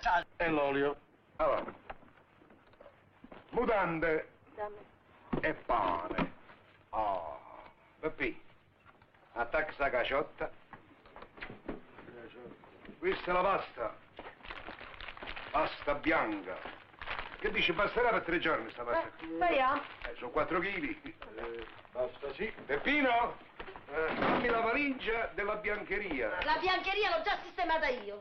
Sal- E l'olio. Allora. Mutande e pane. Oh. Peppì, attacca sta caciotta. Questa è la pasta. Pasta bianca. Che dici, basterà per tre giorni sta pasta? qui? Speriamo. Eh, sono 4 kg. Eh, Basta, sì. Peppino, eh, dammi la valigia della biancheria. La biancheria l'ho già sistemata io.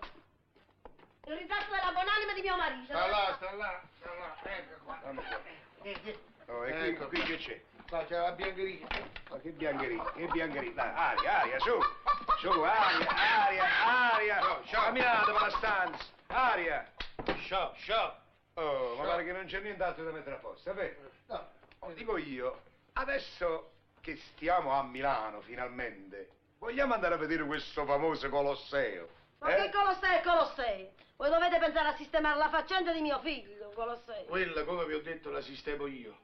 Il ritratto della buonanima di mio marito. Sta là, sta là, sta là. Ecco qua. Dammi qua. Eh, eh, Oh, e qui, Ecco. qui che c'è? Qua c'è la biancheria. Ma che biancheria, che biancheria. Dai, aria, aria, su. Su, aria, aria, aria. Camminate per la stanza. Aria. Sciò, sciò. Oh, ma pare che non c'è nient'altro da mettere a posto, è vero? No. Oh, dico io, adesso che stiamo a Milano finalmente, vogliamo andare a vedere questo famoso Colosseo? eh? Ma che Colosseo è Colosseo? Voi dovete pensare a sistemare la faccenda di mio figlio, Colosseo. Quella, come vi ho detto, la sistemo io.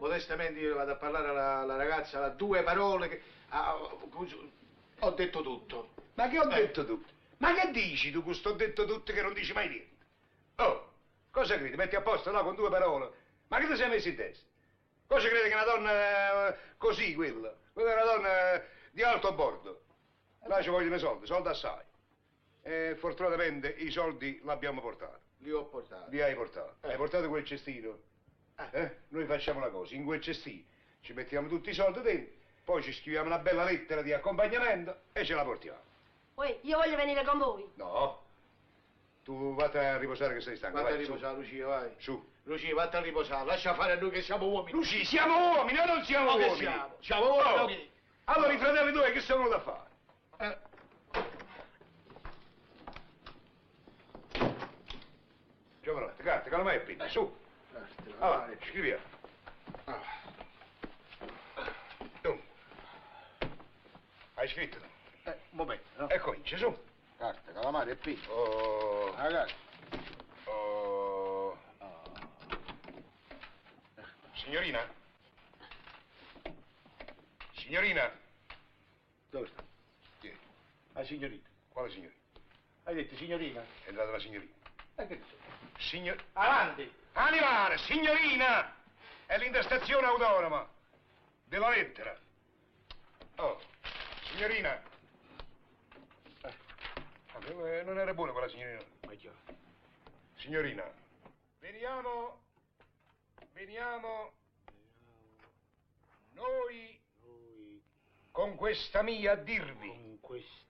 Modestamente io vado a parlare alla, alla ragazza, la due parole che... ah, ho- ho detto tutto. Ma che ho Eh. detto tu? Ma che dici tu, questo ho detto tutto che non dici mai niente? Oh, cosa credi? Metti a posto là con due parole. Ma che ti sei messo in testa? Cosa credi che una donna eh, così, quella? Quella è una donna eh, di alto bordo. Là ci vogliono i soldi, soldi assai. E fortunatamente i soldi l'abbiamo portati. Li ho portati. Li hai portati. Eh. Hai portato quel cestino? Ah. Eh? Noi facciamo una cosa, in quel cestino ci mettiamo tutti i soldi dentro, poi ci scriviamo una bella lettera di accompagnamento e ce la portiamo. Poi io voglio venire con voi. No. Tu vatti a riposare che sei stanco. Vatti a Vai, riposare, Lucia, vai. Su. su. Lucia, vatti a riposare. Lascia fare a noi che siamo uomini. Luci, siamo uomini, noi non siamo Noi che uomini. siamo? Siamo uomini, Oh. ok. Allora i fratelli tuoi che sono venuti a fare? Eh, Giovanotti, carta, calamai e Eh. pinna, su. Allora, Allora, scriviamo. Ah. Dunque. Hai scritto? eh, un momento, no? E comincia, su. Carta, calamare e pinto. Oh. Ragazzi, Ah. Oh. Signorina? Signorina? dove sta? Sì. Ah, La signorina. Quale signorina? Hai detto signorina? È andata la signorina. Eh, E che dice? Signor... Avanti! Animare, signorina! È l'intestazione autonoma della lettera. Oh, signorina. Eh, vabbè, eh, non era buona quella signorina. Ma già. Signorina. Veniamo. Veniamo. Noi Noi con questa mia a dirvi. con questa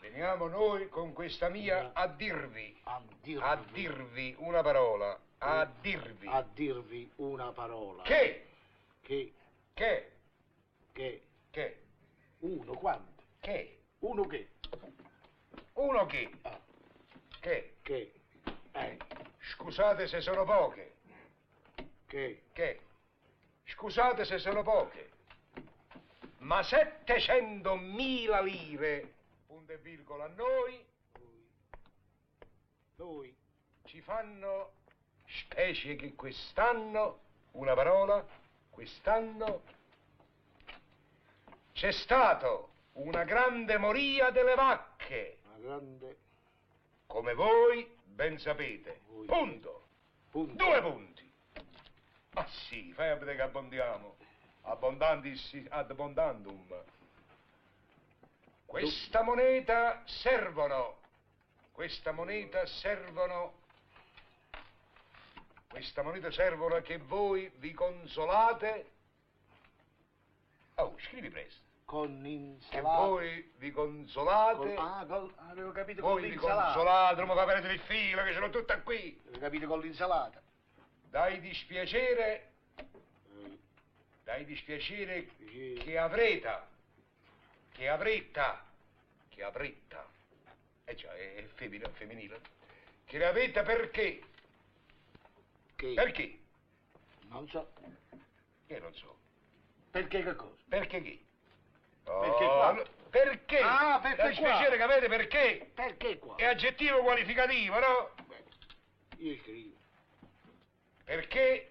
Veniamo noi con questa mia a dirvi. a dirvi, A dirvi una parola. A dirvi. a dirvi una parola Che? che Che? che Che? uno quanto Che? uno che Uno che? Ah. Che? che eh, Scusate se sono poche. che Che? Scusate se sono poche. Ma 700.000 lire, punto e virgola, a noi noi ci fanno specie che quest'anno, una parola, quest'anno c'è stato una grande moria delle vacche, una grande come voi ben sapete. Voi- Punto. punto Due punti. Ma sì, fai vedere che abbondiamo. Abbondantis ad abbondandum. Questa moneta servono. Questa moneta servono. Questa moneta servono a che voi vi consolate. Oh, scrivi presto. con Che insalata voi vi consolate. Cioè, col- ah, col- avevo capito con voi vi l'insalata consolate, non mi fate il filo, che sono tutta qui. avevo capito con l'insalata Dai dispiacere Eh, dai dispiacere Sì. che avrete, che avretta, che avretta, e cioè è femmina- femminile, che ne avete perché? che Perché? non so Io non so. perché che cosa Perché chi? Perché qua. allo- perché? Ah, perché Dai qua. dispiacere che avete perché? perché qua È aggettivo qualificativo, no? Eh. io scrivo Perché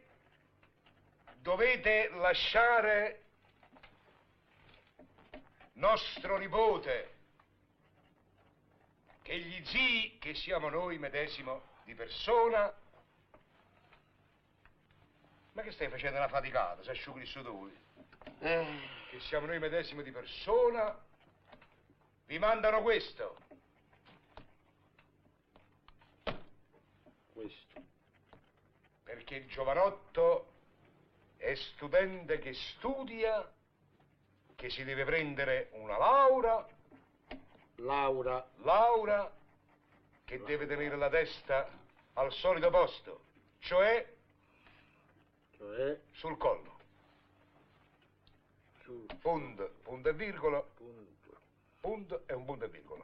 dovete lasciare nostro nipote, che gli zii, che siamo noi medesimo, di persona. Ma che stai facendo una faticata, si asciugano i sudori? Eh. Che siamo noi medesimi di persona. Vi mandano questo. Questo. Perché il giovanotto è studente che studia, che si deve prendere una laurea, Laura. laurea che deve tenere la testa al solito posto, cioè Cioè. sul collo. Su. Punto, punto e virgola, Punto. punto e un punto e virgola.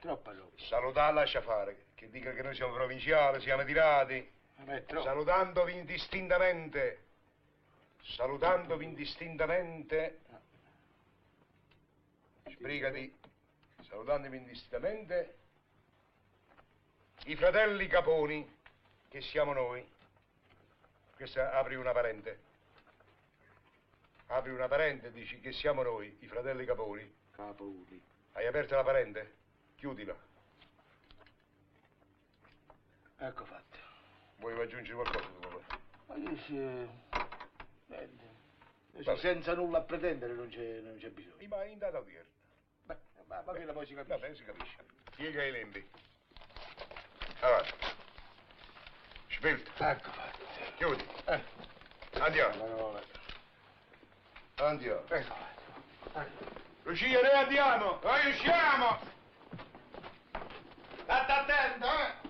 Troppa roba. Salutare lascia fare, che dica che noi siamo provinciali, siamo tirati, Vabbè, è troppo. salutandovi indistintamente, salutandovi indistintamente, sbrigati, salutandovi indistintamente, i fratelli Caponi, che siamo noi. Questa apri una parente. Apri una parente e dici che siamo noi, i fratelli Caponi. Capuri. Hai aperto la parente? Chiudila. Ecco fatto. Volevo aggiungere qualcosa, tu, papà? Ma che si... Niente. Che si- Vabbè. Senza nulla a pretendere non c'è, non c'è bisogno. Ma in data odierna. Beh, ma, ma che la poi si capisce. Vabbè, si capisce. Piega i lembi. Avanti. Svelta. Ecco fatto. Chiudi. Eh. Andiamo. Eh. Parola. Andiamo. Ecco Lucia, noi andiamo. Noi usciamo. State attento, eh.